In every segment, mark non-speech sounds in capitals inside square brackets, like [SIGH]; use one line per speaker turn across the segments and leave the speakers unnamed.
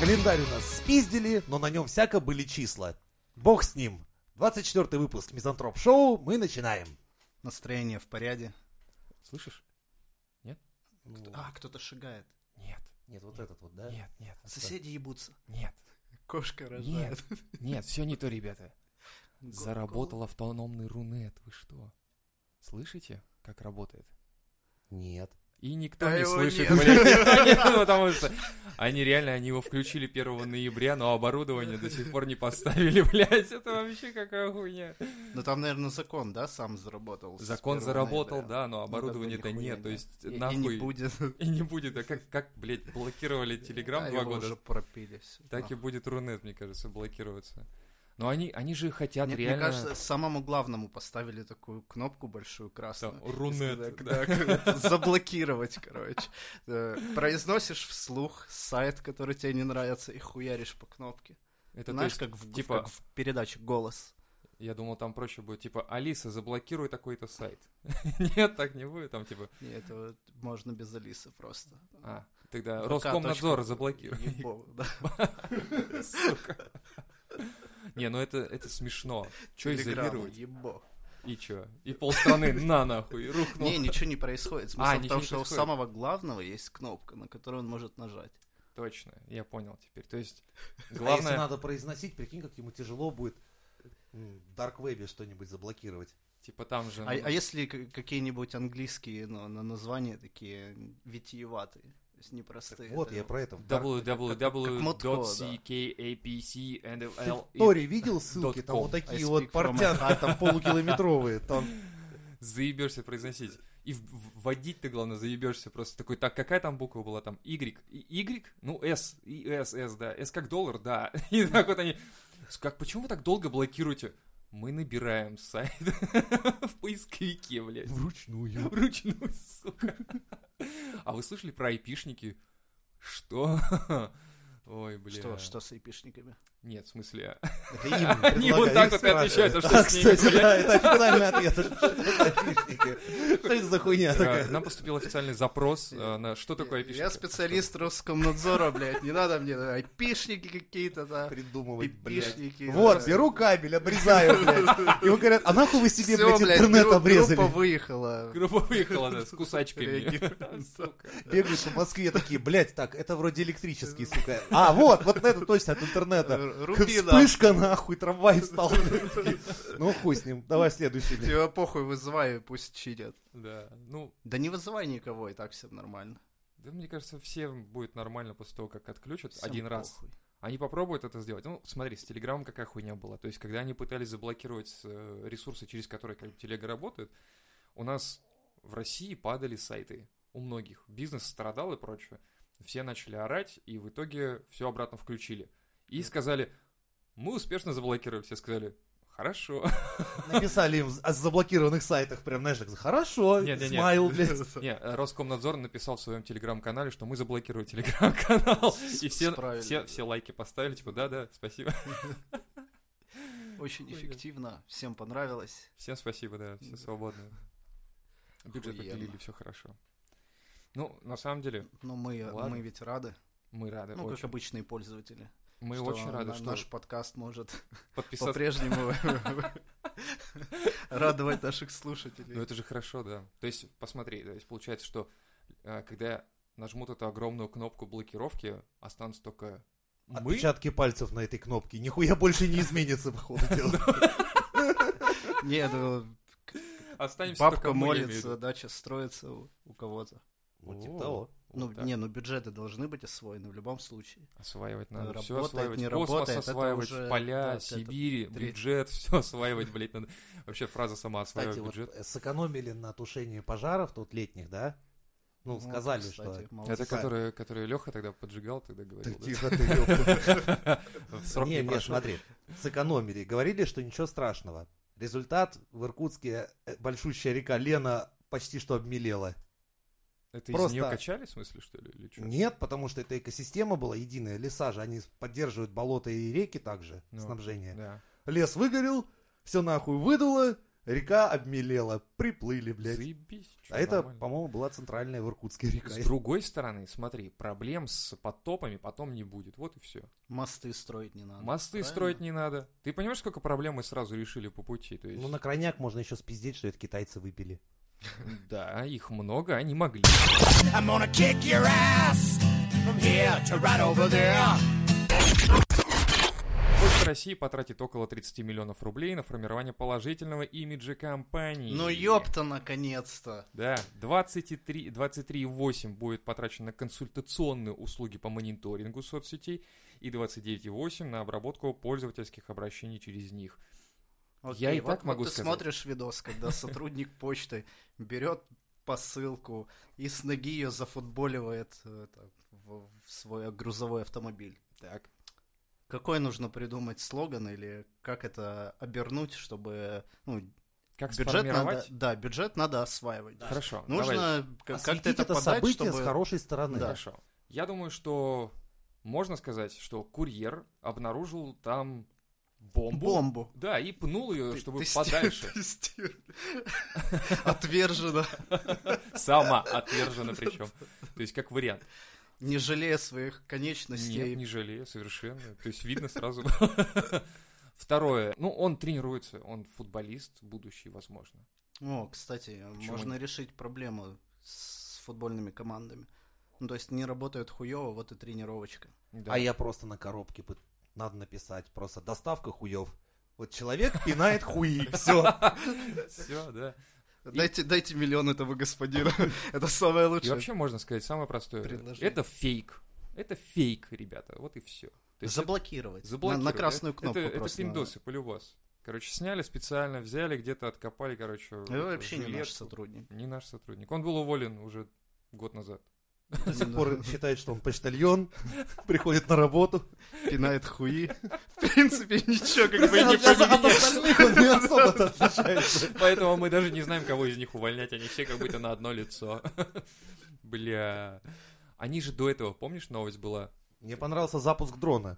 Календарь у нас спиздили, но на нем всяко были числа. Бог с ним. 24 выпуск Мизантроп Шоу. Мы начинаем.
Настроение в порядке.
Слышишь?
А, кто-то шагает.
Нет,
Нет, вот этот вот, да?
нет, нет,
Соседи ебутся.
нет,
Кошка рожает.
нет, все не то, ребята.
Гол-
Заработал автономный рунет, вы что? Слышите, как работает?
Нет. А
И никто
Да
не
его
слышит,
нет. [LAUGHS]
блядь, никто не- ну, потому что они реально, они его включили 1 ноября, но оборудование до сих пор не поставили, [LAUGHS] блядь, это вообще какая хуйня.
гол. Ну там, наверное, закон, да, сам заработал. с
Закон
первого
заработал,
ноября.
да, но
Ну, тогда
оборудования-то
нихуя
нет, то
И-
есть
И не
нахуй.
будет.
И не будет, а как, как, блядь, блокировали
А
Телеграм два
его
года
уже пропили. всё.
Так и
Нахуй.
будет Рунет, мне кажется, блокироваться. Но они, они же хотят
Мне, мне
реально...
кажется, самому главному поставили такую кнопку большую красную.
Там,
И
«Рунет»,
сказали, да, как- Заблокировать, короче. Э, Произносишь вслух сайт, который тебе не нравится, и хуяришь по кнопке.
это, то
Знаешь,
есть,
как в,
типа-
как в передаче «Голос».
я думал, там проще будет, типа, Алиса, заблокируй такой-то сайт. [LAUGHS] Нет, так не будет, там, типа,
И это вот можно без Алисы просто.
а, тогда
VK.
Роскомнадзор заблокируй. [LAUGHS]
Ебо, да.
Сука. Не, ну это, это смешно. Че
Телеграмма,
изолировать? [LAUGHS]
ебо.
И че? И
[LAUGHS]
полстраны на нахуй,
Не,
рухнул.
ничего не происходит. Смысл в
А, ничего
том,
не
что у
происходит.
самого главного есть кнопка, на которую он может нажать.
Точно, я понял теперь. То есть,
А
Главное... если
главное,
надо произносить, прикинь, как ему тяжело будет м, в Дарквебе что-нибудь заблокировать.
типа, там же...
А,
ну,
а если к- какие-нибудь английские но, на названия такие витиеватые, то есть
Так
непростые?
вот,
это-
я про это. В
www.ckapcnl
Торе видел ссылки? Там
com.
вот
I
такие
speak
вот
from
[LAUGHS]
А,
портянки, там полукилометровые. Там
заебешься произносить. И в- в- вводить ты, главное, заебешься просто такой, так, какая там буква была там? Y. И Y? Ну, S. И S, S, да. S как доллар, да. [LAUGHS] И так вот они... «С- Как, почему вы так долго блокируете? Мы набираем сайт [LAUGHS] в поисковике, блядь. [LAUGHS]
вручную.
Вручную, сука. А вы слышали про айпишники? Что? [LAUGHS] Ой, блядь.
Что, что с айпишниками?
Нет, в смысле,
[LAUGHS]
Это им
Они вот так вот и
предлагаю, их
отвечают, а что
спрашивают.
с ними,
кстати, да, это официальный ответ. [LAUGHS] Что за фишники? Что это за хуйня
Э,
такая?
Нам поступил официальный запрос э, на что такое
Я-
айпишники.
Я специалист Роскомнадзора, блядь, не надо мне айпишники какие-то, да,
Придумывать, блядь.
айпишники.
Вот, беру кабель,
[LAUGHS]
обрезаю, блядь. Ему говорят, а нахуй вы себе,
Всё,
блядь, интернет
гру-
обрезали?
Группа выехала.
Группа выехала, да, с кусачками.
Реагирует.
Сука.
[LAUGHS] Бегают по Москве такие, блядь, так, это вроде электрический,
[LAUGHS]
сука. А, вот, вот это точно от интернета.
Э,
Р- Рубина.
Вспышка, нахуй, трамвай встал. Ну, хуй с ним, давай следующий. блядь.
Тебя похуй вызывай, пусть чилят.
Да, ну,
Да не вызывай никого, и так все нормально.
да, мне кажется, всем будет нормально после того, как отключат
Всем
один раз.
похуй.
Они попробуют это сделать. Ну, смотри, с Телеграмом какая хуйня была. То есть, когда они пытались заблокировать э, ресурсы, через которые как бы Телега работает, у нас в России падали сайты. У многих. Бизнес страдал и прочее. Все начали орать, и в итоге все обратно включили. И сказали, мы успешно заблокировали. Все сказали, хорошо.
Написали им о заблокированных сайтах, прям, знаешь, так, хорошо,
Не-не-не.
смайл, блядь.
[LAUGHS] Не, э, Роскомнадзор написал в своем телеграм-канале, что мы заблокировали телеграм-канал. И все,
Справили,
все,
да.
все лайки поставили, типа, да-да, спасибо. [LAUGHS]
Очень
Хуя.
эффективно, всем понравилось.
Всем спасибо, да, все
Да.
свободны. Бюджет
Охуенно.
поделили, все хорошо. Ну, на самом деле,
Ну, мы,
Ладно.
мы ведь рады.
мы рады.
ну,
очень.
как обычные пользователи.
Мы
что
очень рады,
на-
что
наш подкаст
[LAUGHS]
может
подписаться. [LAUGHS]
по-прежнему радовать наших
Ну,
слушателей.
это же хорошо, да. То есть, посмотри, то есть получается, что э, когда нажмут эту огромную кнопку блокировки, останутся только мы.
Отпечатки пальцев на этой кнопке. Нихуя больше не изменится, по ходу дела.
[LAUGHS]
Нет, ну,
Останемся
бабка
только мы, я имею в
молится,
виду.
дача строится у у кого-то.
Ну, типа
О.
того.
Ну,
Вот так.
не, ну бюджеты должны быть освоены в любом случае.
Осваивать надо.
Работает,
все осваивать.
не
Космос
работает, это
осваивать,
уже, да,
поля,
это
Сибири,
треть.
бюджет, [LAUGHS] все осваивать, блядь, надо. Вообще фраза сама осваивать
Кстати, вот
бюджет.
э, сэкономили на тушении пожаров тут летних, да? Ну,
Вот,
сказали,
кстати,
что...
молодцы.
Это который, который Леха тогда поджигал, тогда
Ты
говорил. да?
тихо, ты, ёпта. [LAUGHS]
[LAUGHS] В срок
Не,
не
не,
прошел.
смотри, сэкономили. Говорили, что ничего страшного. Результат в Иркутске э, большущая река Лена почти что обмелела.
Это из
просто-
нее качали, в смысле, что ли, или что?
Нет, потому что эта экосистема была единая. Леса же, они поддерживают болота и реки также,
Ну,
снабжение.
Да.
Лес выгорел, все нахуй выдуло, Река обмелела, приплыли, блядь.
Заебись, чё,
А это,
нормально.
по-моему, была центральная в Иркутске река.
С другой стороны, смотри, проблем с подтопами потом не будет. Вот и все.
Мосты строить не надо.
Мосты
правильно?
строить не надо. Ты понимаешь, сколько проблем мы сразу решили по пути? То есть,
Ну, на крайняк можно еще спиздеть, что это китайцы выпили.
Да, их много, они могли.
I'm gonna kick your ass from here to right over there.
Почта России потратит около 30 миллионов рублей на формирование положительного имиджа компании.
Ну ёпта, наконец-то.
Да, 23 23,8 будет потрачено на консультационные услуги по мониторингу соцсетей и 29,8 на обработку пользовательских обращений через них. Я и
Окей, вот-
так могу
вот
сказать.
Ты смотришь видос,
[LAUGHS]
когда сотрудник почты берет посылку и с ноги ее зафутболивает э, это, в, в свой грузовой автомобиль.
Так.
Какой нужно придумать слоган или как это обернуть, чтобы ну,
Как
бюджет надо,
сформировать?
да, бюджет надо осваивать.
Хорошо, давай.
Нужно к- как-то
Осветить
это
А это
подать,
событие
чтобы
с хорошей стороны.
Да.
Хорошо. Я думаю, что можно сказать, что курьер обнаружил там бомбу.
бомбу.
Да, и пнул ее,
Ты-
[LAUGHS] чтобы
тести-
подальше.
тестировали. Отвержено.
Сама отвержена причем. То есть как вариант.
Не жалея своих конечностей.
Нет, не жалею, совершенно. То есть видно сразу. [LAUGHS] Второе. Ну, он тренируется, он футболист будущий, возможно.
О, кстати, можно
нет?
решить проблему с футбольными командами. Ну, то есть не работает хуево, вот и тренировочка.
Да.
А я просто на коробке пы- надо написать. Просто доставка хуев. Вот человек пинает
[LAUGHS]
хуи. Все.
Все, да.
Дайте, дайте миллион этого господина. [LAUGHS] Это самое
И
лучшее.
вообще можно сказать самое простое.
Предложение.
Это фейк. Это фейк, ребята. Вот и все.
Заблокировать.
Заблокировали.
На, на красную
Это-
кнопку
Это, это
просто. надо.
пиндосы, полюбас. Короче, сняли специально, взяли, где-то откопали, короче,
Это вообще не наш
Э, жилетку.
сотрудник.
Не наш сотрудник. Он был уволен уже год назад.
До сих пор считает, что он почтальон. [LAUGHS] Приходит на работу.
Пинает хуи. [LAUGHS] В принципе, ничего как бы и не
От от
поменяешь.
остальных он не особо-то отличается.
Поэтому мы даже не знаем, кого из них увольнять. Они все как будто на одно лицо. [LAUGHS] Бля. Они же до этого, помнишь, новость была?
Мне понравился запуск дрона.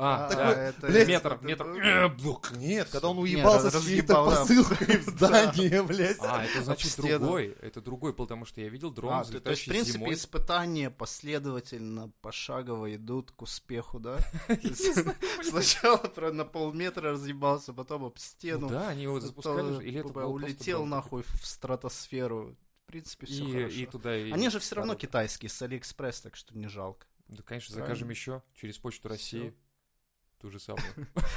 А,
А,
такой,
да.
это-
блядь,
Метр, Э,
это-
[LAUGHS] метр.
Нет, когда он
Не,
уебался с
раз-
чьей-то
разъебал, [LAUGHS] да.
посылкой в здание, блядь.
А, это значит
Об стену.
другой. Это другой, потому что я видел дрон,
А, то- то есть, в
взлетающий
принципе,
зимой.
испытания последовательно, пошагово идут к успеху,
[LAUGHS]
да?
Не знаю,
[LAUGHS] Сначала про- на полметра разъебался, потом об
Ну
стену.
Да, они его
Потом
запускали. же, Или это
тупо
было просто
улетел
дрон?
нахуй в стратосферу. В принципе, все
И,
хорошо.
и туда и...
Они же все равно
Да,
китайские, с Алиэкспресс, так что не жалко.
[LAUGHS] Да, конечно,
Правильно.
закажем еще через почту России. Ту же
[LAUGHS]
самую.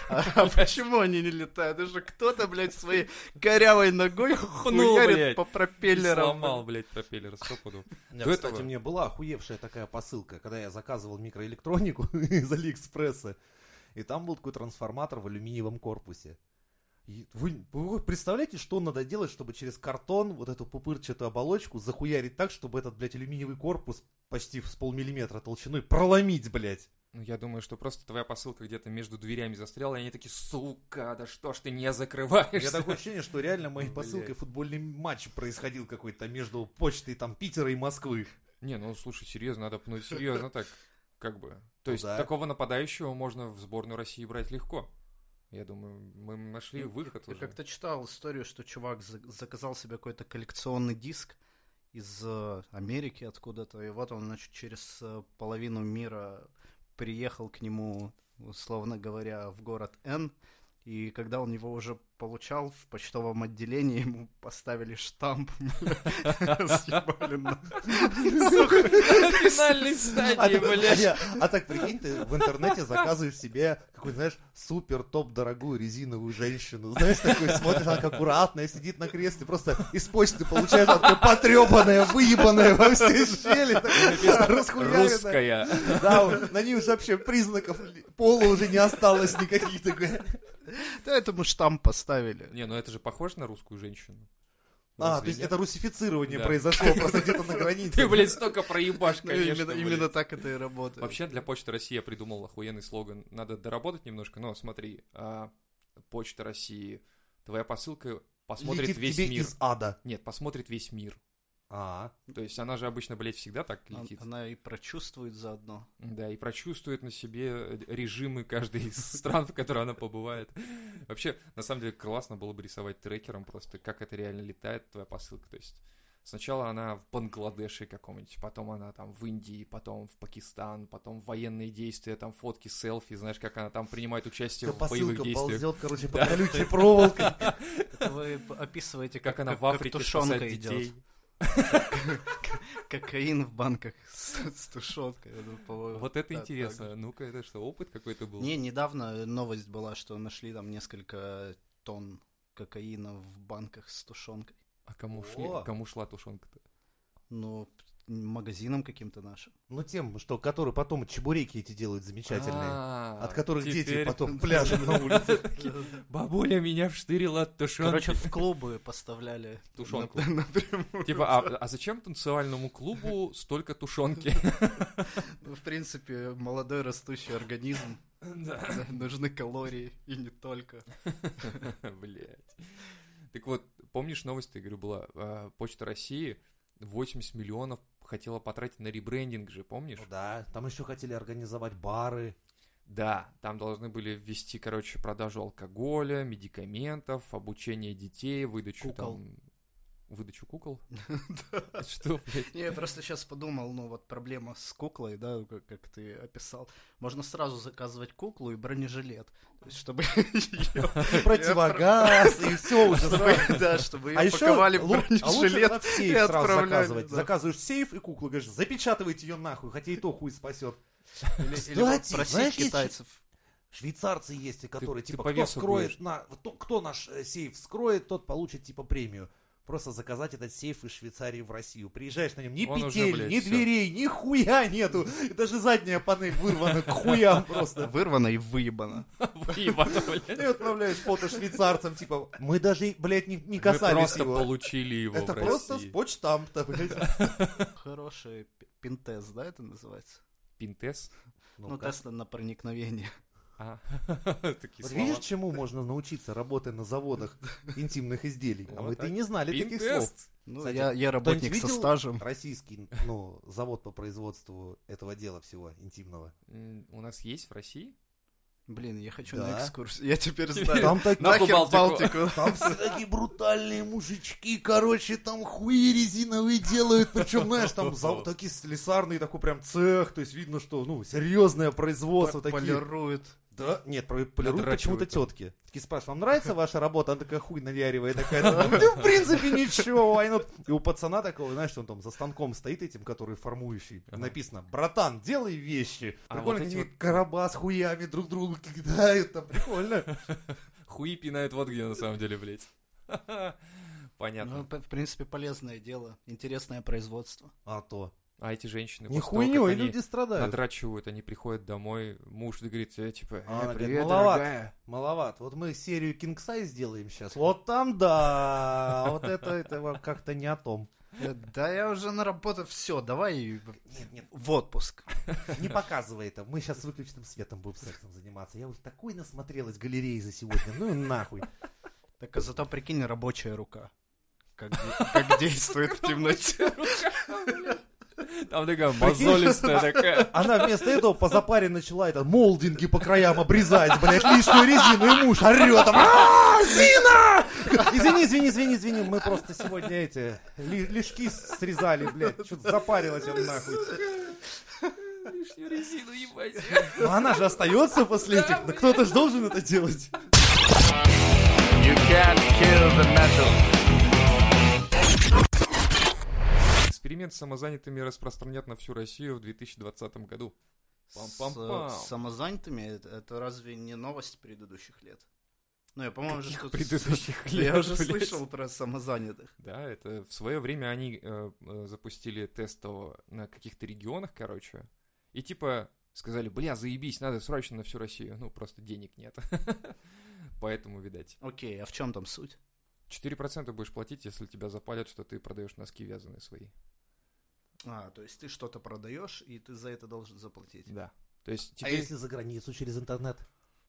А, почему они не летают? Это же кто-то, блядь, своей корявой ногой
блядь,
хуярит по пропеллерам.
Сломал, блядь, пропеллер стопудов.
У меня,
До
кстати,
этого-
мне была охуевшая такая посылка, когда я заказывал микроэлектронику [LAUGHS] из Алиэкспресса, и там был такой трансформатор в алюминиевом корпусе. И Вы, вы представляете, что надо делать, чтобы через картон вот эту пупырчатую оболочку захуярить так, чтобы этот, блядь, алюминиевый корпус почти с полмиллиметра толщиной проломить, блядь.
Ну, я думаю, что просто твоя посылка где-то между дверями застряла, и они такие, сука, да что ж ты не
У меня
закрываешь?
такое ощущение, что реально моей
Блядь.
посылкой футбольный матч происходил какой-то между почтой там Питера и Москвы.
[LAUGHS] Не, ну, слушай, серьезно, надо пнуть серьезно так, как бы. То
Ну
есть
да.
такого нападающего можно в сборную России брать легко. Я думаю, мы нашли
Ну,
выход
[LAUGHS]
Я
уже.
как-то читал историю, что чувак за- заказал себе какой-то коллекционный диск из э, Америки откуда-то, и вот он, значит, через э, половину мира приехал к нему, условно говоря, в город Н, и когда он его уже получал, в почтовом отделении ему поставили штамп. [LAUGHS] Съебали нахуй. Сука,
[LAUGHS] Финальной стадии,
ты- [LAUGHS]
блядь.
не, а так прикинь, ты в интернете заказываешь себе какую-то, знаешь, супер топ дорогую резиновую женщину. Знаешь, такой смотришь, она как аккуратная, сидит на кресле, просто из почты получаешь она такая потрепанная, выебанная во все щели, такая расхуяренная.
Русская.
Да, вот, на ней уже вообще признаков ли- пола уже не осталось никаких. такой.
Да, этому штамп поставили.
Не, ну это же похоже на русскую женщину.
А,
Разве
то есть
нет?
это русифицирование
Ну, Да.
произошло просто где-то на границе.
Ты, блядь, столько проебашь,
Ну,
конечно,
именно,
блядь.
именно так это и работает.
Вообще для Почты России я придумал охуенный слоган. Надо доработать немножко, но смотри, а, Почта России, твоя посылка посмотрит
Летит
весь
тебе
мир.
из ада.
Нет, посмотрит весь мир.
А,
То есть она же обычно, блядь, всегда так
Он-
летит.
Она и прочувствует заодно.
Да, и прочувствует на себе режимы каждой из стран, в которой она побывает. Вообще, на самом деле, классно было бы рисовать трекером просто, как это реально летает, твоя посылка. То есть сначала она в Бангладеше каком-нибудь, потом она там в Индии, потом в Пакистан, потом военные действия, там фотки, селфи, знаешь, как она там принимает участие
эта
в боевых
посылка
действиях.
ползет, короче, по колючей проволоке.
Вы п- описываете,
Как она в
как
Африке
тушёнка
спасает
идёт.
детей.
[LAUGHS] Кокаин в банках [LAUGHS] с, с тушенкой. я думаю, по-моему,
Вот это
да, так
интересно. Ну-ка, это что, опыт какой-то был?
Не, недавно новость была, что нашли там несколько тонн кокаина в банках с тушенкой.
А кому, шли,
О.
кому шла тушенка-то?
Ну, магазинам каким-то нашим.
Ну, тем, что, которые потом чебуреки эти делают замечательные,
А,
от которых дети
теперь
потом
[LAUGHS]
пляжем на улице.
Бабуля меня вштырила от тушенки. [LAUGHS]
Короче, в клубы поставляли.
Тушёнку.
нап- Напрямую.
Типа, а, а зачем танцевальному клубу столько тушенки?
Ну, в принципе, молодой растущий организм. [LAUGHS] Да, Нужны калории и не только.
Блять. Так вот, помнишь новость, я говорю, была? А, Почта России 80 миллионов хотела потратить на ребрендинг же, помнишь?
Ну Да, там еще хотели организовать
[LAUGHS]
бары.
Да, там должны были ввести, короче, продажу алкоголя, медикаментов, обучение детей, выдачу
Кукол.
там... Выдачу кукол? Что, блядь? [LAUGHS]
Не, я просто сейчас подумал, ну вот проблема с куклой, да, как, как ты описал. Можно сразу заказывать куклу и бронежилет, то есть, чтобы [LAUGHS] её-
И противогаз, и все уже.
[LAUGHS] чтобы, да, чтобы ее паковали в
А лу- а лучше тогда
бронежилет
в сейф
и
сразу
отправляли,
заказывать.
да.
Заказываешь сейф и куклу, говоришь, запечатывайте ее нахуй, хотя и то хуй спасет.
или, или вот
Кстати, знаешь,
просить
есть
китайцев.
Швейцарцы есть, и которые,
ты
типа,
по
кто
весу
скроет,
будешь.
на, кто, кто наш э, сейф скроет, тот получит, типа, премию. Просто заказать этот сейф из Швейцарии в Россию. Приезжаешь на нем, ни
Он уже,
петель,
блядь,
ни
всё.
дверей, ни хуя нету. И даже задняя панель вырвана к хуям
[LAUGHS]
просто.
Вырвано
[LAUGHS]
и выебано.
Выебано,
И
блядь.
отправляешь фото швейцарцам, типа, мы даже, блядь, не, не
Мы
касались
просто
его.
получили его
Это
в
просто с
России.
почтамта,
[LAUGHS]
блядь.
Хороший пи- пинтест, да, это называется?
Пинтес?
Ну,
Ну-ка.
тест на проникновение.
А, [LAUGHS] такие
Вот
слова.
видишь, чему можно научиться, работая на
[LAUGHS]
заводах интимных изделий? А
Вот
мы-то и
так.
не знали таких слов.
Пинтест?
Ну,
Кстати,
я, я работник со
видел-
стажем.
Российский, ну, завод по производству этого дела всего интимного.
М, У нас есть в России?
Блин, я хочу
Да.
на экскурсию.
[LAUGHS]
Я теперь знаю.
Там такие...
Нахуй
Нахер
[LAUGHS]
Балтику.
Балтику.
Там все такие брутальные мужички, короче, там хуи резиновые делают, причем, знаешь, там зав- такие слесарные, такой прям цех, то есть видно, что, ну, серьезное производство, такие,
Полирует.
да, нет, про- полируют почему-то
Надрачивают там.
тетки. Такие спрашивают, вам нравится ваша работа? Она такая хуй наяривая, такая, «Ну, ты, в принципе, ничего, why not?» И у пацана такого, знаешь, он там за станком стоит этим, который формующий,
Ага.
написано, братан, делай вещи.
А
Прикольно,
вот эти
какие короба с хуями друг другу кидают, там, прикольно.
Хуи пинают вот где на самом деле, блядь. Ну.
Ну,
[LAUGHS] Понятно.
п- в принципе, полезное дело. Интересное производство.
А то.
А эти женщины,
Не ну,
после того, как
хуйней
они
люди страдают.
надрачивают, они приходят домой, муж говорит, э, типа, [LAUGHS]
А она
«Э,
говорит,
привет,
«Маловато».
дорогая.
Маловат. Вот мы серию King Size сделаем сейчас. Вот там да. А Вот это, это во- как-то не о том.
Э, Да я уже на работу. Все, давай в-
Нет, нет,
в отпуск.
не показывай это. Мы сейчас с выключенным светом будем сексом заниматься. Я уже такой насмотрелась галереи за сегодня. Ну и нахуй.
Так а зато прикинь, рабочая рука. Как, де-
[LAUGHS]
как действует в темноте.
[LAUGHS]
Там такая мозолистая такая.
Она вместо этого по запаре начала это молдинги по краям обрезать, блядь, лишнюю резину, и муж орет там, «А, Зина! Извини, извини, извини, извини, мы просто сегодня эти ли- лишки срезали, блядь, что-то запарилась он нахуй.
Лишнюю резину ну, ебать.
Но она же остается после этих, да кто-то же должен это делать.
Эксперимент с самозанятыми распространят на всю Россию в 2020 году. Пам-пам-пам.
С э, самозанятыми это, это разве не новость предыдущих лет? Ну, я, по-моему, уже что-то...
Предыдущих лет.
Я уже
блядь.
слышал про самозанятых.
Да, это в свое время они э, э, запустили тестово на каких-то регионах, короче, и типа сказали, бля, заебись, надо срочно на всю Россию. Ну, просто денег нет. [LAUGHS] Поэтому, видать,
Окей, а в чем там суть?
4% будешь платить, если тебя запалят, что ты продаешь носки вязаные свои.
А, то есть ты что-то продаешь, и ты за это должен заплатить.
Да. То есть
А
теперь...
если за границу через интернет?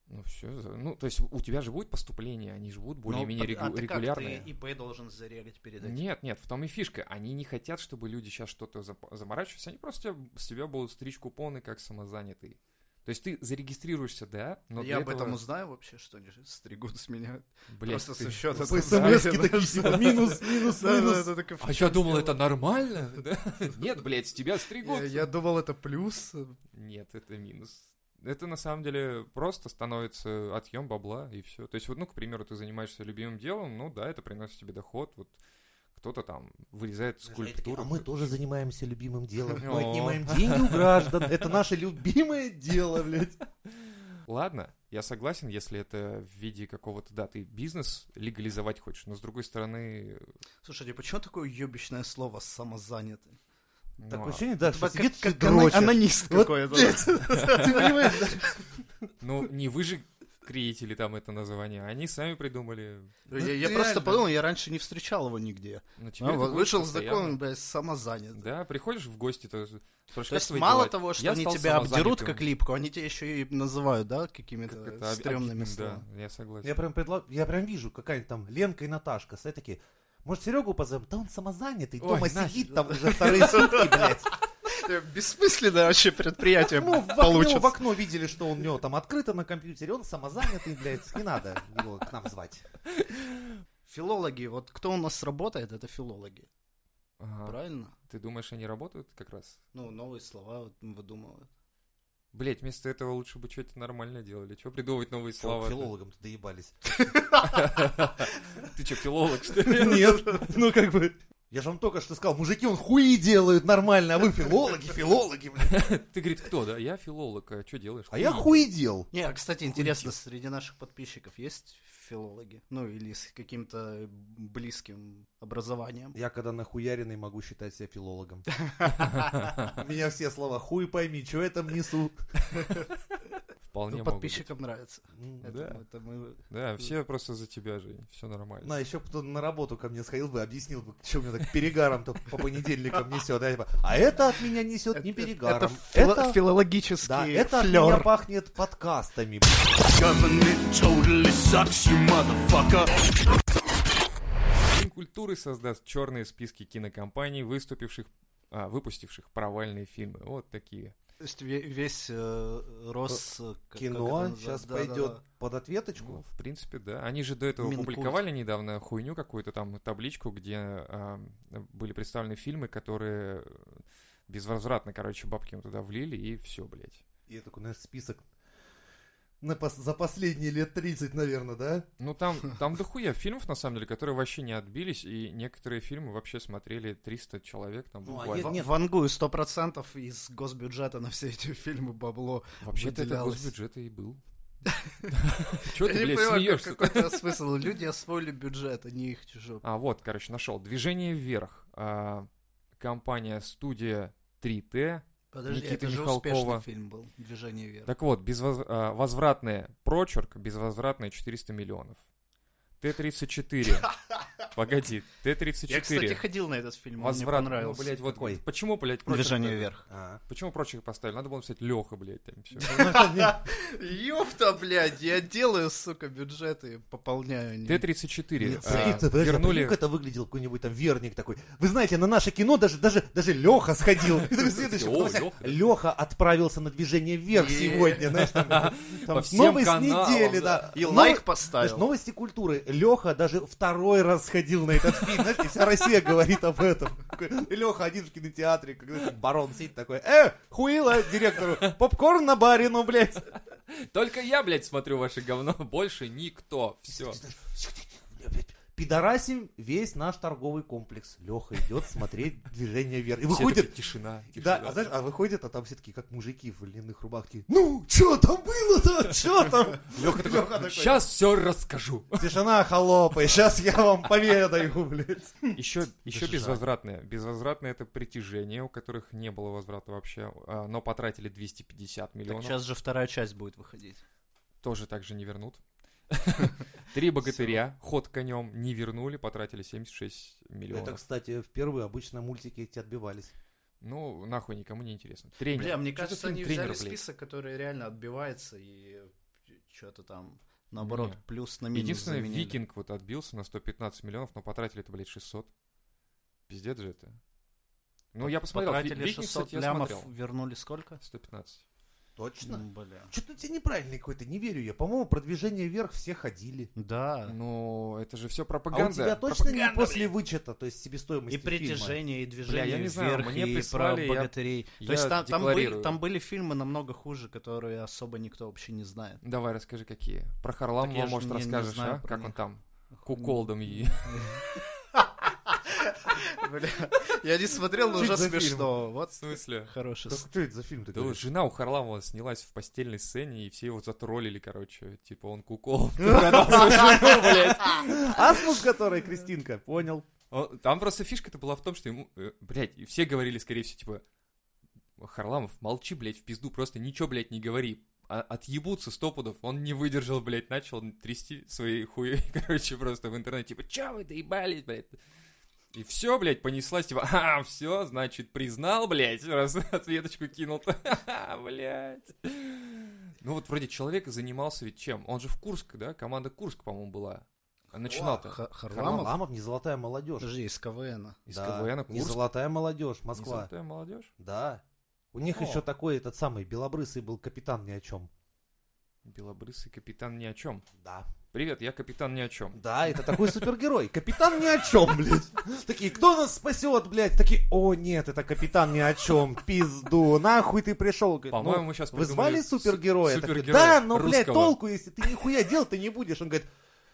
Ну все, ну то есть у тебя же будет поступление, они же будут более-менее
Ну, а
регу-
ты как,
регулярные.
ты ИП должен зарегать перед этим.
Нет, нет, в том и фишка. Они не хотят, чтобы люди сейчас что-то зап- заморачивались. Они просто тебя- с тебя будут стричь купоны как самозанятый. То есть ты зарегистрируешься, да, но
я
для
об этом
этого...
узнаю вообще, что они же стригут с меня.
Блядь,
Просто
ты-
со
[LAUGHS]
счета.
По смс такие, типа, минус, минус, минус.
А я думал,
[LAUGHS]
это нормально. да? Нет, блядь, с тебя стригут.
Я, я думал, это плюс.
Нет, это минус. Это на самом деле просто становится отъем бабла и все. То есть, вот, ну, к примеру, ты занимаешься любимым делом, ну да, это приносит тебе доход. Вот кто-то там вырезает
Они такие,
скульптуру.
А мы тоже занимаемся любимым делом. Мы
О.
отнимаем деньги у граждан. Это наше любимое дело, блядь.
Ладно, я согласен, если это в виде какого-то, да, ты бизнес легализовать хочешь, но с другой стороны...
Слушайте, а почему такое ебищное слово «самозанятый»?
ну,
Такое
а-
ощущение, да, что
Как-
сидит
как
и
ана-
дрочит.
анонист
Вот
какой-то. [LAUGHS]
Ты понимаешь, да?
ну, не вы же креатили там это название, они сами придумали.
Я, я
реально.
просто подумал, я раньше не встречал его нигде.
Но теперь
А,
ты
вот
будешь
вышел
постоянно-
законом, блядь, самозанятый.
Да, приходишь в гости, то спрашиваешь,
То есть
твои
мало
дела?
того, что
Я
они
стал
тебя обдерут
самозанятым.
как липку, они тебя еще и называют, да, какими-то
Как это об-
стрёмными
обидно,
словами.
[LAUGHS] Да, я согласен.
Я прям, предла- я прям вижу, какая-нибудь там Ленка и Наташка стоят такие, может, Серегу позовем? Да он самозанятый,
Ой,
дома
нафиг.
сидит там уже вторые сутки, [LAUGHS] блядь.
Бессмысленное вообще предприятие
Ну, в окно,
получится.
в окно видели, что у него там открыто на компьютере, он самозанятый, блядь, не надо его к нам звать.
Филологи, вот кто у нас работает, это филологи,
Ага.
правильно?
Ты думаешь, они работают как раз?
Ну, новые слова вот выдумывают.
Блять, вместо этого лучше бы что-то нормально делали. Чего придумывать новые слова?
Филологам-то доебались.
Ты че, филолог, что ли?
Нет, ну как бы... Я же вам только что сказал, мужики, он хуи делают нормально, а вы филологи, филологи, блядь.
Ты, говорит, кто, да? Я филолог, а что делаешь?
А я хуи дел.
Не, а, кстати, интересно, среди наших подписчиков есть филологи? Ну, или с каким-то близким образованием?
Я когда нахуяренный могу считать себя
[LAUGHS]
филологом. У меня все слова хуй пойми, что я там несу.
Вполне
Ну,
могу
подписчикам нравится.
М,
Это-
Да.
это мы-
быть. Да, все просто за тебя, Жень. Все нормально.
На, еще бы кто на работу ко мне сходил бы, объяснил бы, что у меня так перегаром то по понедельникам несет. А я типа, «А это от меня несет не
это-
перегаром.
Это,
Это-
фило- филологический
Да, это от меня
флёр.
пахнет подкастами.
Government totally sucks, you motherfucker.
День культуры создаст черные списки кинокомпаний, выступивших а, выпустивших провальные фильмы. Вот такие.
То есть ве- весь э, Рос... э, как- как это
Кино
называется?
сейчас
Да, да,
пойдет
да.
под
Ну,
ответочку.
в принципе, да. Они же до этого
Минкульт.
опубликовали недавно хуйню какую-то там табличку, где а, были представлены фильмы, которые безвозвратно, короче, бабки им туда влили, и все, блядь.
И такой, знаешь, список на пос- за последние лет 30, наверное, да?
Ну, [LAUGHS] там, там дохуя фильмов, на самом деле, которые вообще не отбились, и некоторые фильмы вообще смотрели 300 человек там
Ну, а
буквально.
я- Нет.
В Вангую 100% из госбюджета на все эти фильмы бабло.
Вообще-то это
выделялось.
госбюджет
[LAUGHS]
и был. Чего
Я
ты,
не
блядь,
понимаю, как-
смеешься?
какой это смысл. Люди освоили бюджет, а не их чужой.
А, вот, короче, нашел. Движение вверх. А, Компания студия 3Т.
Подожди,
Никиты
это же
Михалкова.
успешный фильм был. Движение вверх.
Так вот, безвоз- а, возвратная прочерк, безвозвратная 400 миллионов.
[LAUGHS]
Т-34. Погоди,
Я, кстати,
Т-34.
ходил на этот фильм, он мне
Возврат, ну,
понравился.
блядь, вот
Какой?
почему, блядь, прочерк-
Движение вверх.
[LAUGHS] А.
Почему прочих поставили? Надо было написать Леха, блядь, там все.
Ёпта, блядь, я делаю, сука, бюджеты, пополняю. они.
Т-34
Нет, прикиньте,
а,
подожди, а прикинь,
вернули...
как это выглядел какой-нибудь там верник такой. Вы знаете, на наше кино даже даже даже Леха
[LAUGHS]
сходил. И такой следующий,
О,
потом всяк,
Лёха.
Леха отправился на движение вверх
Е.
сегодня, знаешь, там, там
По всем
новость
каналам,
недели,
да.
да.
И
Но-
лайк
Знаешь,
ну,
поставил.
новости культуры. Леха даже второй раз сходил на этот фильм, знаешь, и вся Россия говорит об этом. Леха один в кинотеатре, когда барон сидит такой, э, хуила директору, попкорн на барину, блядь.
Только я, блядь, смотрю ваше говно, [LAUGHS] больше никто. Все.
Пидорасим весь наш торговый комплекс. Леха идет смотреть [LAUGHS] движение вверх. И выходит,
тишина,
Да, а, знаешь, а выходит, а там все таки как мужики в льняных рубах такие, ну, чё там было-то, [LAUGHS] чё там?
Леха
Лёха такой,
такой, сейчас все расскажу.
Тишина, холопы, сейчас я вам поведаю, блядь.
Еще, еще
Даже жаль.
безвозвратное. Безвозвратное это притяжение, у которых не было возврата вообще, а, но потратили 250
Так
миллионов.
сейчас же вторая часть будет выходить.
Тоже так же
[LAUGHS]
не вернут. Три богатыря, ход конем, не вернули, потратили 76
Это,
миллионов.
кстати, впервые обычно мультики эти отбивались.
Ну, нахуй никому не интересно. Тренер.
Бля, мне
Чё за
кажется,
фильм
они
«Тренер»,
взяли
блядь?
список, который реально отбивается и что-то там, наоборот,
Не.
плюс на минус
Единственное,
заменили.
Викинг вот отбился на 115 миллионов, но потратили это, блядь, 600. Пиздец же это. Ну, я посмотрел. Ви-
Потратили
Викинг,
600
кстати, я
лямов,
смотрел.
вернули сколько?
115.
Точно?
М, Бля.
Что-то у тебя неправильный какой-то, не верю я. По-моему, продвижение вверх все ходили.
Да.
Но это же все
А у
пропаганда.
тебя точно не
Пропаганда,
после вычета, то есть себестоимости
И притяжение, и движение
Бля, я не знаю,
вверх,
мне
и про
прислали, я-
богатырей.
я
То есть там, там были,
декларирую.
там были фильмы намного хуже, которые особо никто вообще не знает.
Давай, расскажи, какие.
Так я
Про Харламова,
ж
может,
не- не
расскажешь,
знаю
а?
про
Как
них.
он там? Куколдом
[LAUGHS]
и...
Бля, я не смотрел, но
Чё
уже
это за фильм?
смешно.
В
Вот
смысле?
хороший
Так что это за фильм ты
Да вот
говоришь?
жена у Харламова снялась в постельной сцене, и все его затроллили, короче. Типа он кукол.
[LAUGHS] Асмус, который, Кристинка, понял.
Он- Там просто фишка-то была в том, что ему, э, блядь, и все говорили, скорее всего, типа, Харламов, молчи, блядь, в пизду, просто ничего, блядь, не говори. А- отъебутся сто пудов. Он не выдержал, блядь, начал трясти свои хуи, [LAUGHS] короче, просто в интернете. Типа, чё вы доебались, блядь? И все, блядь, понеслась, типа, а, все, значит, признал, блядь, раз [LAUGHS] ответочку кинул-то, [LAUGHS] Ха-ха, блядь. Ну вот вроде человек занимался ведь чем? Он же в Курск, да? Команда Курск, по-моему, была. Начинал-то.
Ха-
Харламов?
Харламов?
не золотая молодежь.
Подожди, из КВН.
Из
Да,
КВН
Не
Курск.
золотая молодежь,
Не
Москва.
золотая молодежь?
Да. У них
О.
еще такой этот самый белобрысый был капитан ни о чем.
Белобрысый капитан ни о чем.
Да.
Привет, я капитан ни о чем.
Да, это такой супергерой. Капитан ни о чем, блядь. Такие, кто нас спасет, блядь? Такие, о, нет, это капитан ни о чем. Пизду, нахуй ты пришел. Говорит, «Ну,
По-моему, мы сейчас
Вы звали супергероя? Я такой,
Супергероя
да, но, блядь,
русского».
толку, если ты нихуя делать-то не будешь. Он говорит,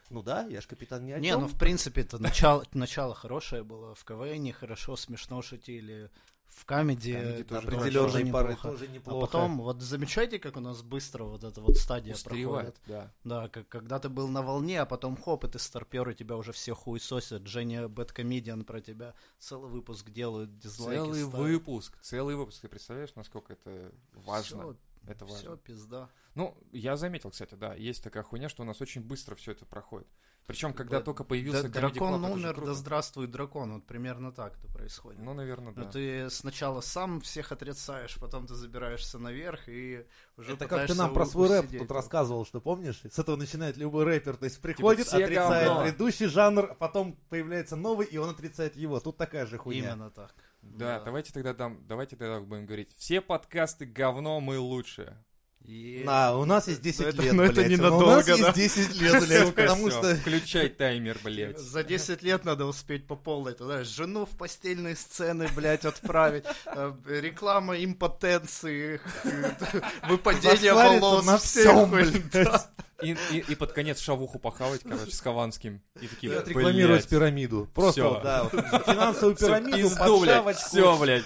ну да, я ж капитан ни о
Не,
чем».
ну в принципе это начало, [LAUGHS] начало хорошее было. В КВН хорошо, смешно шутили. В камеди
Камеди тоже
тоже
определенные пары
неплохо.
тоже
А
неплохо.
потом, вот замечайте, как у нас быстро вот эта вот стадия проходит.
Устаревает, да.
Да, как, когда ты был на волне, а потом хоп, и ты старпер, и тебя уже все хуесосят. Женя Бэткомедиан про тебя целый выпуск делают, дизлайки
Целый
ставят.
выпуск, целый выпуск. Ты представляешь, насколько это важно? это
Все,
важно.
пизда.
Ну, я заметил, кстати, да, есть такая хуйня, что у нас очень быстро все это проходит. Причем, когда
Да,
только
Да,
появился Comedy
дракон
Club, это же
умер,
круто.
да здравствуй дракон. Вот примерно так это происходит.
Ну, наверное, да.
Ну, ты сначала сам всех отрицаешь, потом ты забираешься наверх и уже
Это как ты
пытаешься
нам про
у-
свой рэп
усидеть. Типа
тут рассказывал, что помнишь? С этого начинает любой рэпер. То есть приходит,
все
отрицает
говно.
предыдущий жанр, а потом появляется новый, и он отрицает его. Тут такая же хуйня.
Именно так.
Да, давайте тогда дам, давайте тогда будем говорить. Все подкасты говно, мы лучше.
И-
Да, у нас есть 10
Но это-
лет,
но это
блядь.
ненадолго,
у нас
да.
есть 10 лет, блядь,
Сука,
потому
всё,
что...
Включай таймер, блядь.
За 10 лет надо успеть по полной, ты знаешь, жену в постельные сцены, блядь, отправить, э, реклама импотенции, э, [LAUGHS] выпадение
Зашквариться
волос,
на
всей
всем,
хуй-
блядь.
да.
И, и- и под конец шавуху похавать, короче, с Хованским. И
И
такие,
отрекламировать
«Блядь,
пизду. Просто,
Всё.
вот, да, вот, финансовую
всё,
пирамиду,
пизду, блядь, типа.
подшавочку,
все, блядь.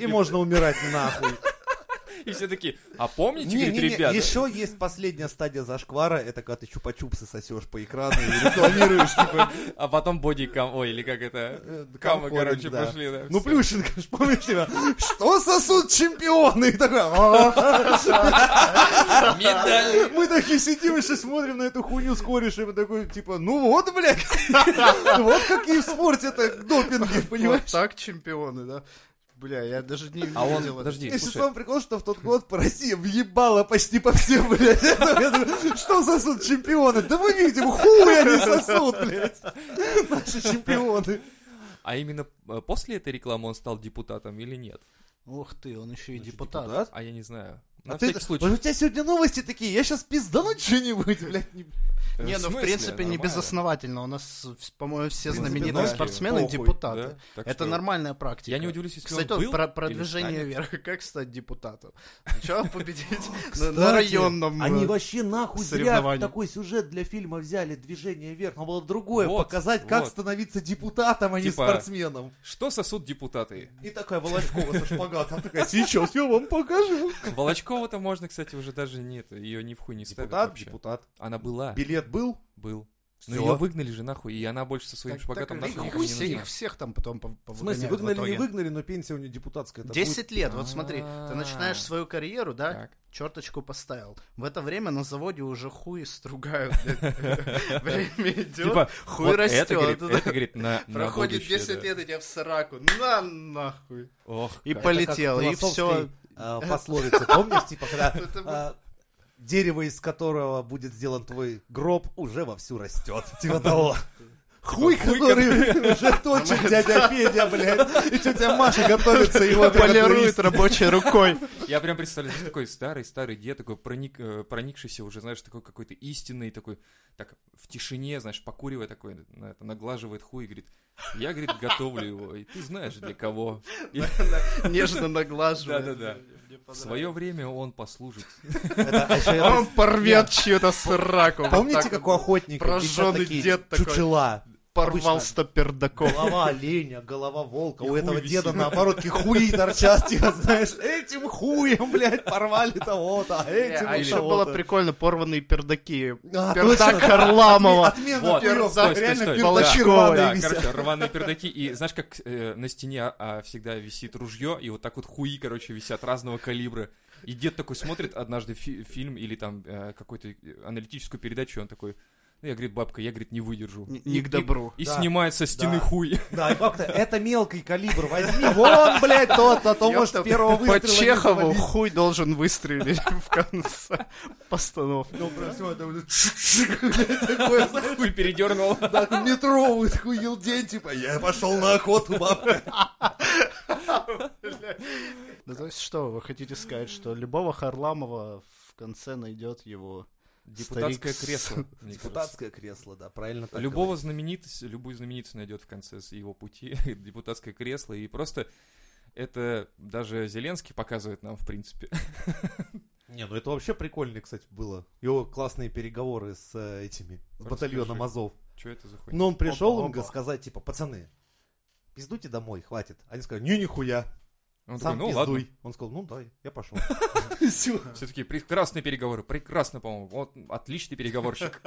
и можно умирать
[LAUGHS]
нахуй.
И все такие, а помните,
Не,
говорит,
не, не,
ребята,
еще есть последняя стадия зашквара, это когда ты чупа-чупсы сосешь по экрану и рекламируешь, типа,
а потом бодикам, ой, или как это,
э,
камы,
комфорт,
короче,
да.
пошли, да.
Ну,
всё.
Плющенко, ж помнишь тебя? Что сосут чемпионы? И «А, такой, «А-а-а».
Медали.
Мы такие сидим и сейчас смотрим на эту хуйню с корешем, и такой, типа, ну вот, блядь, [LAUGHS] вот какие в спорте это
[LAUGHS]
допинги, понимаешь?
Вот так чемпионы, да? Бля, я даже не
А он,
видел это.
подожди,
И сейчас
слушай,
вам прикол, что в тот год по России въебало почти по всем, блядь. Это, я думаю, Что сосут чемпионы? Да мы видим, хуй они сосут, блядь. [LAUGHS] Наши чемпионы.
а именно э, после этой рекламы он стал депутатом или нет?
Ух ты, он еще и депутат.
А я не знаю.
А
На
ты-
всякий случай.
вот у тебя сегодня новости такие, я сейчас пиздану что-нибудь, блядь. не-
Э,
Не, ну в
смысле?
принципе не
Нормально.
безосновательно, у нас, в- по-моему, все
В принципе,
знаменитые
да.
спортсмены
Похуй,
депутаты.
Да, так
Это
что
нормальная практика.
Я не удивлюсь, если
Кстати,
он
вот
был
про, про
или
движение
станет.
вверх. [LAUGHS] Как стать депутатом?
[LAUGHS]
Сначала победить на- на
Кстати,
районном.
Они
э,
вообще нахуй зря
соревнований.
такой сюжет для фильма взяли «Движение вверх». Надо было другое
Вот,
показать, как
вот.
становиться депутатом, а не
Типа-
спортсменом.
Что сосут депутаты?
И такая Волочкова со шпагатом такая, сейчас я вам покажу.
Волочкова-то можно, кстати, уже даже нет, ее ни в хуй не ставят
Депутат,
вообще.
депутат. Ну,
Она была,
Билет был?
был.
Всё.
Но ее выгнали же нахуй, и она больше со своим
так-
шпагатом
так и
нахуй никому
хуй
не
себе,
нужна.
их всех там потом пов-
В смысле,
повыгоняют в
выгнали, не
итоге.
выгнали, но пенсия у нее депутатская. это будет-
10 лет, вот смотри, ты начинаешь свою карьеру, да,
А. Так.
черточку поставил. В это время на заводе уже хуй
[LAUGHS]
стругают. Время идет,
Типа,
хуй
вот это
растет.
говорит- Это говорит на на
Проходит
будущее,
10
да.
лет, и тебя в сараку. На нахуй.
Ох,
И
как.
Это как
полетело, и
в
все.
философской,
А,
э, Пословица, помнишь, типа, когда
Это
э, дерево, из которого будет сделан твой гроб, уже вовсю растет. Типа того. Хуй, который [LAUGHS] уже точит дядя Федя, блядь. И тетя Маша готовится его блядь,
Полирует
отгрызть.
рабочей рукой.
Я прям представляю, знаешь, такой старый-старый дед, такой проник, э, проникшийся уже, знаешь, такой какой-то истинный, такой, так, в тишине, знаешь, покуривая такой, на это, наглаживает хуй и говорит, я, говорит, готовлю его, и ты знаешь, для кого. И
[LAUGHS] Нежно наглаживает.
Да-да-да. в свое время он послужит.
Это- а ещё я
Он порвет чью-то сраку.
[LAUGHS]
вот
Помните,
так
как у охотника?
прожжённый
висят такие
дед такой.
Чучела.
Порвал
обычно-
сто пердаков.
Голова оленя, голова волка.
И
У
хуй
этого
висит.
деда, наоборот, такие хуи торчат. Типа, знаешь, этим хуем, блядь, порвали того-то, а этим
А
вот
еще было
того-то.
прикольно порванные пердаки.
А,
Пердак
точно.
Харламова.
Отмена
Вот,
перов,
стой,
да,
стой,
реально
стой.
пердачи
Да,
рваные
Да,
висят.
короче, рваные пердаки, и знаешь, как э, на стене а, всегда висит ружье, и вот так вот хуи, короче, висят разного калибра. И дед такой смотрит однажды фи- фильм или там э, какую-то аналитическую передачу, и он такой, ну, я, говорит, бабка, я, говорит, не выдержу.
Н-
И-
Не к добру.
И, и
Да.
снимает со стены
Да.
хуй. [LAUGHS]
Да, и бабка, это мелкий калибр, возьми, вон, блядь, тот, а то,
Ёпта,
может, первого
По
выстрела не
Чехову
завалить.
хуй должен выстрелить [LAUGHS] в конце постановки.
Ну, прям всё, это [LAUGHS] вот шик-шик, блядь, такое, знаешь,
Хуй передернул.
так, в метро, вот, такой елдень, типа, я пошел на охоту, бабка.
Да то есть что, вы хотите сказать, что любого Харламова в конце найдет [LAUGHS] его
Депутатское
Старик с-
кресло. мне кажется.
Депутатское кресло, да, правильно так
Любого знаменитость, любую знаменитость найдет в конце с его пути [LAUGHS] депутатское кресло. И просто это даже Зеленский показывает нам, в принципе. [LAUGHS]
Не, ну это вообще прикольно, кстати, было. Его классные переговоры с э, этими, с
Расскажи.
батальоном Азов.
Что это за хуйня?
Но он пришел им
опа.
сказать, типа, пацаны, пиздуйте домой, хватит. Они сказали, не, нихуя,
Он
сам
такой, ну
пиздуй.
ладно.
Он сказал, ну да, я
[LAUGHS]
пошел. Всё.
Все-таки прекрасные переговоры, прекрасно, по-моему. Вот
[LAUGHS]
отличный переговорщик.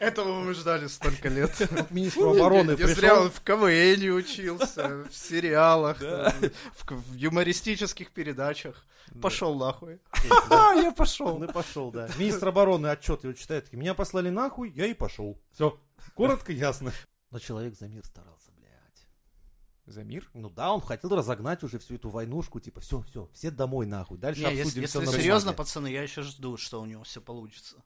Этого мы ждали столько лет.
К министру обороны
Ну, Не зря он
пришел.
в КВН учился, в сериалах, там, в к- в юмористических передачах. Пошел нахуй. А, я
Он
пошел.
Ну и пошел, [LAUGHS] да. Министр обороны отчет его читает. такие, Меня послали нахуй, я и пошел. Все. Коротко, ясно. Но человек за мир старался, блядь.
За мир?
Ну да, он хотел разогнать уже всю эту войнушку, типа, все, все, все домой нахуй. Дальше
Если
обсудим все
если
на
серьезно,
бумаге».
пацаны, я еще жду, что у него все получится.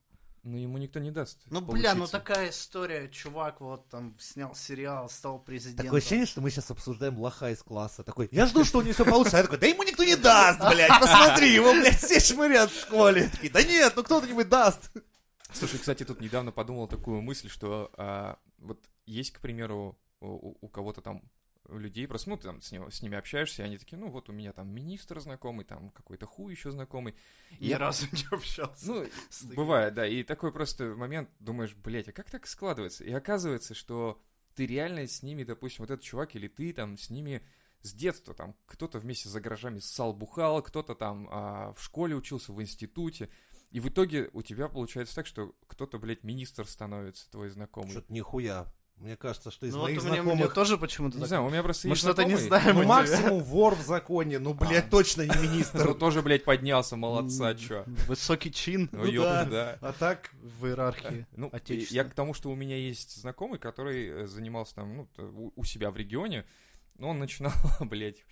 Ну, ему никто не даст.
Ну, бля, ну
получиться.
такая история. Чувак вот там снял сериал, стал президентом.
Такое
[LAUGHS]
ощущение, что мы сейчас обсуждаем лоха из класса. Такой, я жду, что у него все получится. А я такой, да ему никто не даст, блядь, [LAUGHS] посмотри, его, блядь, все шмырят в школе. Такие, да нет, ну кто-нибудь даст.
Слушай, кстати, тут недавно подумал такую мысль, что а, вот есть, к примеру, у, у- у кого-то там у людей, просто, ну, ты там с, него- с ними общаешься, и они такие, ну, вот у меня там министр знакомый, там какой-то хуй еще знакомый.
Ни
Я-
разу не общался.
Ну,
с таким.
бывает, да, и такой просто момент, думаешь, блядь, а как так складывается? И оказывается, что ты реально с ними, допустим, вот этот чувак или ты там с ними с детства, там, кто-то вместе за гаражами ссал, бухал, кто-то там а, в школе учился, в институте, и в итоге у тебя получается так, что кто-то, блядь, министр становится, твой знакомый.
Что-то нихуя. Мне кажется, что из
Ну, вот
моих
у меня- мне
знакомых...
тоже почему-то
Не
так.
знаю, у меня просто
Мы
есть
что-то не
знакомый,
[LAUGHS] знаем.
Ну,
у тебя.
максимум вор в законе, ну,
А.
блядь, точно не
который
министр.
тоже, блядь, поднялся, молодца, чё.
Высокий чин
Ну,
Ну
ёпта,
да.
да.
А так,
в иерархии
Ну, и
отечества.
я к тому, что у меня есть знакомый, который э, занимался там, ну, т- у у себя в регионе, но он начинал, [LAUGHS] блядь,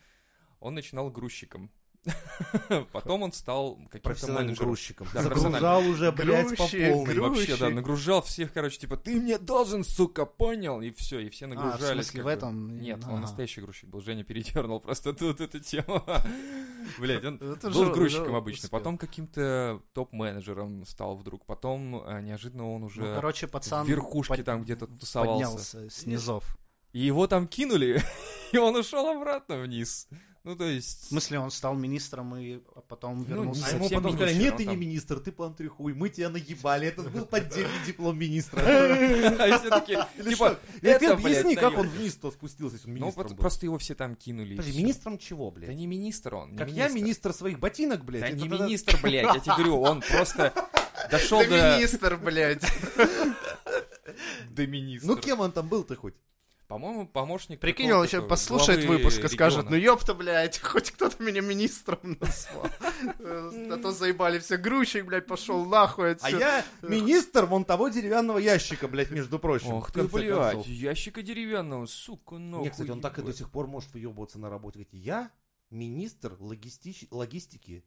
он начинал грузчиком. [LAUGHS] Потом он стал каким-то
профессиональным
менеджером.
грузчиком.
Да,
Загружал уже, блядь, по
Грузчик,
полной.
гру-
Вообще, да,
Грузчик.
нагружал всех, короче, типа, ты мне должен, сука, понял, и все, и все
А, в
нагружались.
смысле,
как
в
бы.
этом? Ну,
Нет,
Ага.
он настоящий грузчик был. Женя передернул просто тут эту тему. [LAUGHS] Блять, он
Это же-
был
это
грузчиком
же
обычно,
успех.
потом каким-то топ-менеджером стал вдруг, потом э, неожиданно он
Ну,
уже
короче, пацан
в верхушке
под-
там где-то тусовался.
поднялся с низов.
И его там кинули, [LAUGHS] и он ушел обратно вниз. Ну, то
В
[LAUGHS] есть...
смысле, он стал министром и потом
не
вернулся.
А ему
совсем
потом сказали,
министр,
нет,
он
ты не
там-
министр, ты хуй, мы тебя наебали, это был поддельный диплом [LAUGHS] министра.
А если такие,
Или
типа,
что? Или [LAUGHS] ты
это,
объясни,
блядь,
как он
наёб-
вниз-то спустился, если он
Ну,
министром
вот
был.
просто его все там кинули. и
Подожди,
всё.
министром чего,
Да
блядь?
не министр он, не
Как я министр своих ботинок, блядь?
Да
это
не
тогда-
министр, блядь, я тебе говорю, он
[LAUGHS]
просто дошел
Да
до...
министр,
[LAUGHS]
блядь.
До министра.
Ну кем он там был-то хоть?
По-моему, помощник...
Прикинь, он
какого-то
еще
этого
послушает
главы
выпуск и скажет,
региона.
ну ёпта, блядь, [LAUGHS] хоть кто-то меня министром назвал. Э, А то заебали все грузчик, блядь, пошел нахуй
А
отсюда.
я министр вон того деревянного ящика, блядь, между прочим.
Ох
в
ты,
конце
блядь,
концов.
ящика деревянного, сука, нахуй.
Не, кстати, он так и до
ебать.
сих пор может выебываться на работе. Говорит, я министр логистич- логистики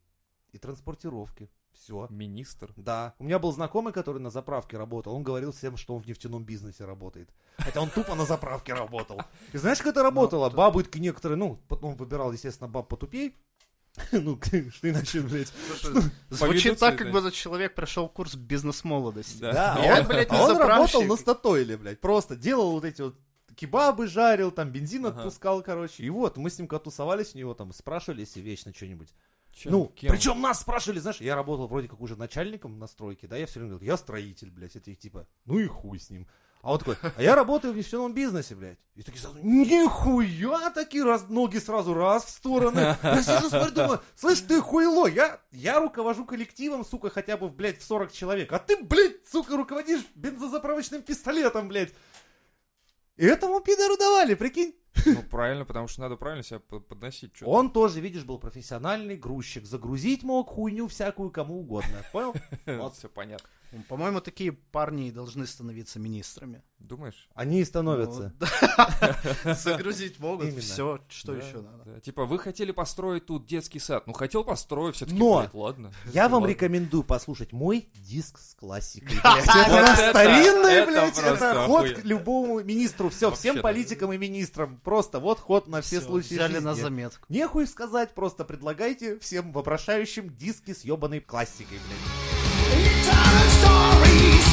и транспортировки. Все.
Министр.
Да. У меня был знакомый, который на заправке работал. Он говорил всем, что он в нефтяном бизнесе работает. Хотя он тупо на заправке работал. И знаешь, как это работало?
то-
Бабы некоторые, ну, потом выбирал, естественно, баб потупей. [LAUGHS] Ну, [LAUGHS] что иначе, блять.
Звучит
Поведутся
так,
это.
как бы этот человек прошел курс бизнес-молодости.
Да,
Да.
а
Я,
он,
блядь,
а
не
он
заправщик.
работал на статойле, блядь. Просто делал вот эти вот кебабы жарил, там бензин
Ага.
отпускал, короче. И вот, мы с ним тусовались у него там, спрашивали, если вечно что-нибудь.
Чем?
ну,
Кем?
причем нас спрашивали, знаешь, я работал вроде как уже начальником на стройке, да, я все время говорил, я строитель, блядь, это их типа, ну и хуй с ним. А он такой, а я работаю в нефтяном бизнесе, блядь. И такие сразу, нихуя, такие раз, ноги сразу раз в стороны. Я сижу, смотрю, думаю, слышь, ты хуйло, я, я руковожу коллективом, сука, хотя бы, блядь, в 40 человек, а ты, блядь, сука, руководишь бензозаправочным пистолетом, блядь. И этому пидору давали, прикинь.
Ну, правильно, потому что надо правильно себя по- подносить. чё ты.
Он тоже, видишь, был профессиональный грузчик. Загрузить мог хуйню всякую кому
[LAUGHS]
угодно. Понял? Вот.
все понятно.
По-моему, такие парни и должны становиться министрами.
Думаешь?
Они и становятся.
Ну, [LAUGHS] Загрузить могут
Именно.
все, что
Да,
еще надо.
да. Типа, вы хотели построить тут детский сад. Ну, хотел построить, все-таки,
Но!
ладно.
Я вам
Ладно.
рекомендую послушать мой диск с
[LAUGHS]
классикой. блядь.
Вот
Это
это-
старинный,
это
блядь, это
просто
ход
охуенно.
к любому министру. Все,
Вообще
всем
да.
политикам и министрам. Просто вот ход на все
Всё,
случаи
Взяли на
жизни.
заметку.
Нехуй сказать, просто предлагайте всем вопрошающим диски с ебаной классикой, блядь.
You tell them stories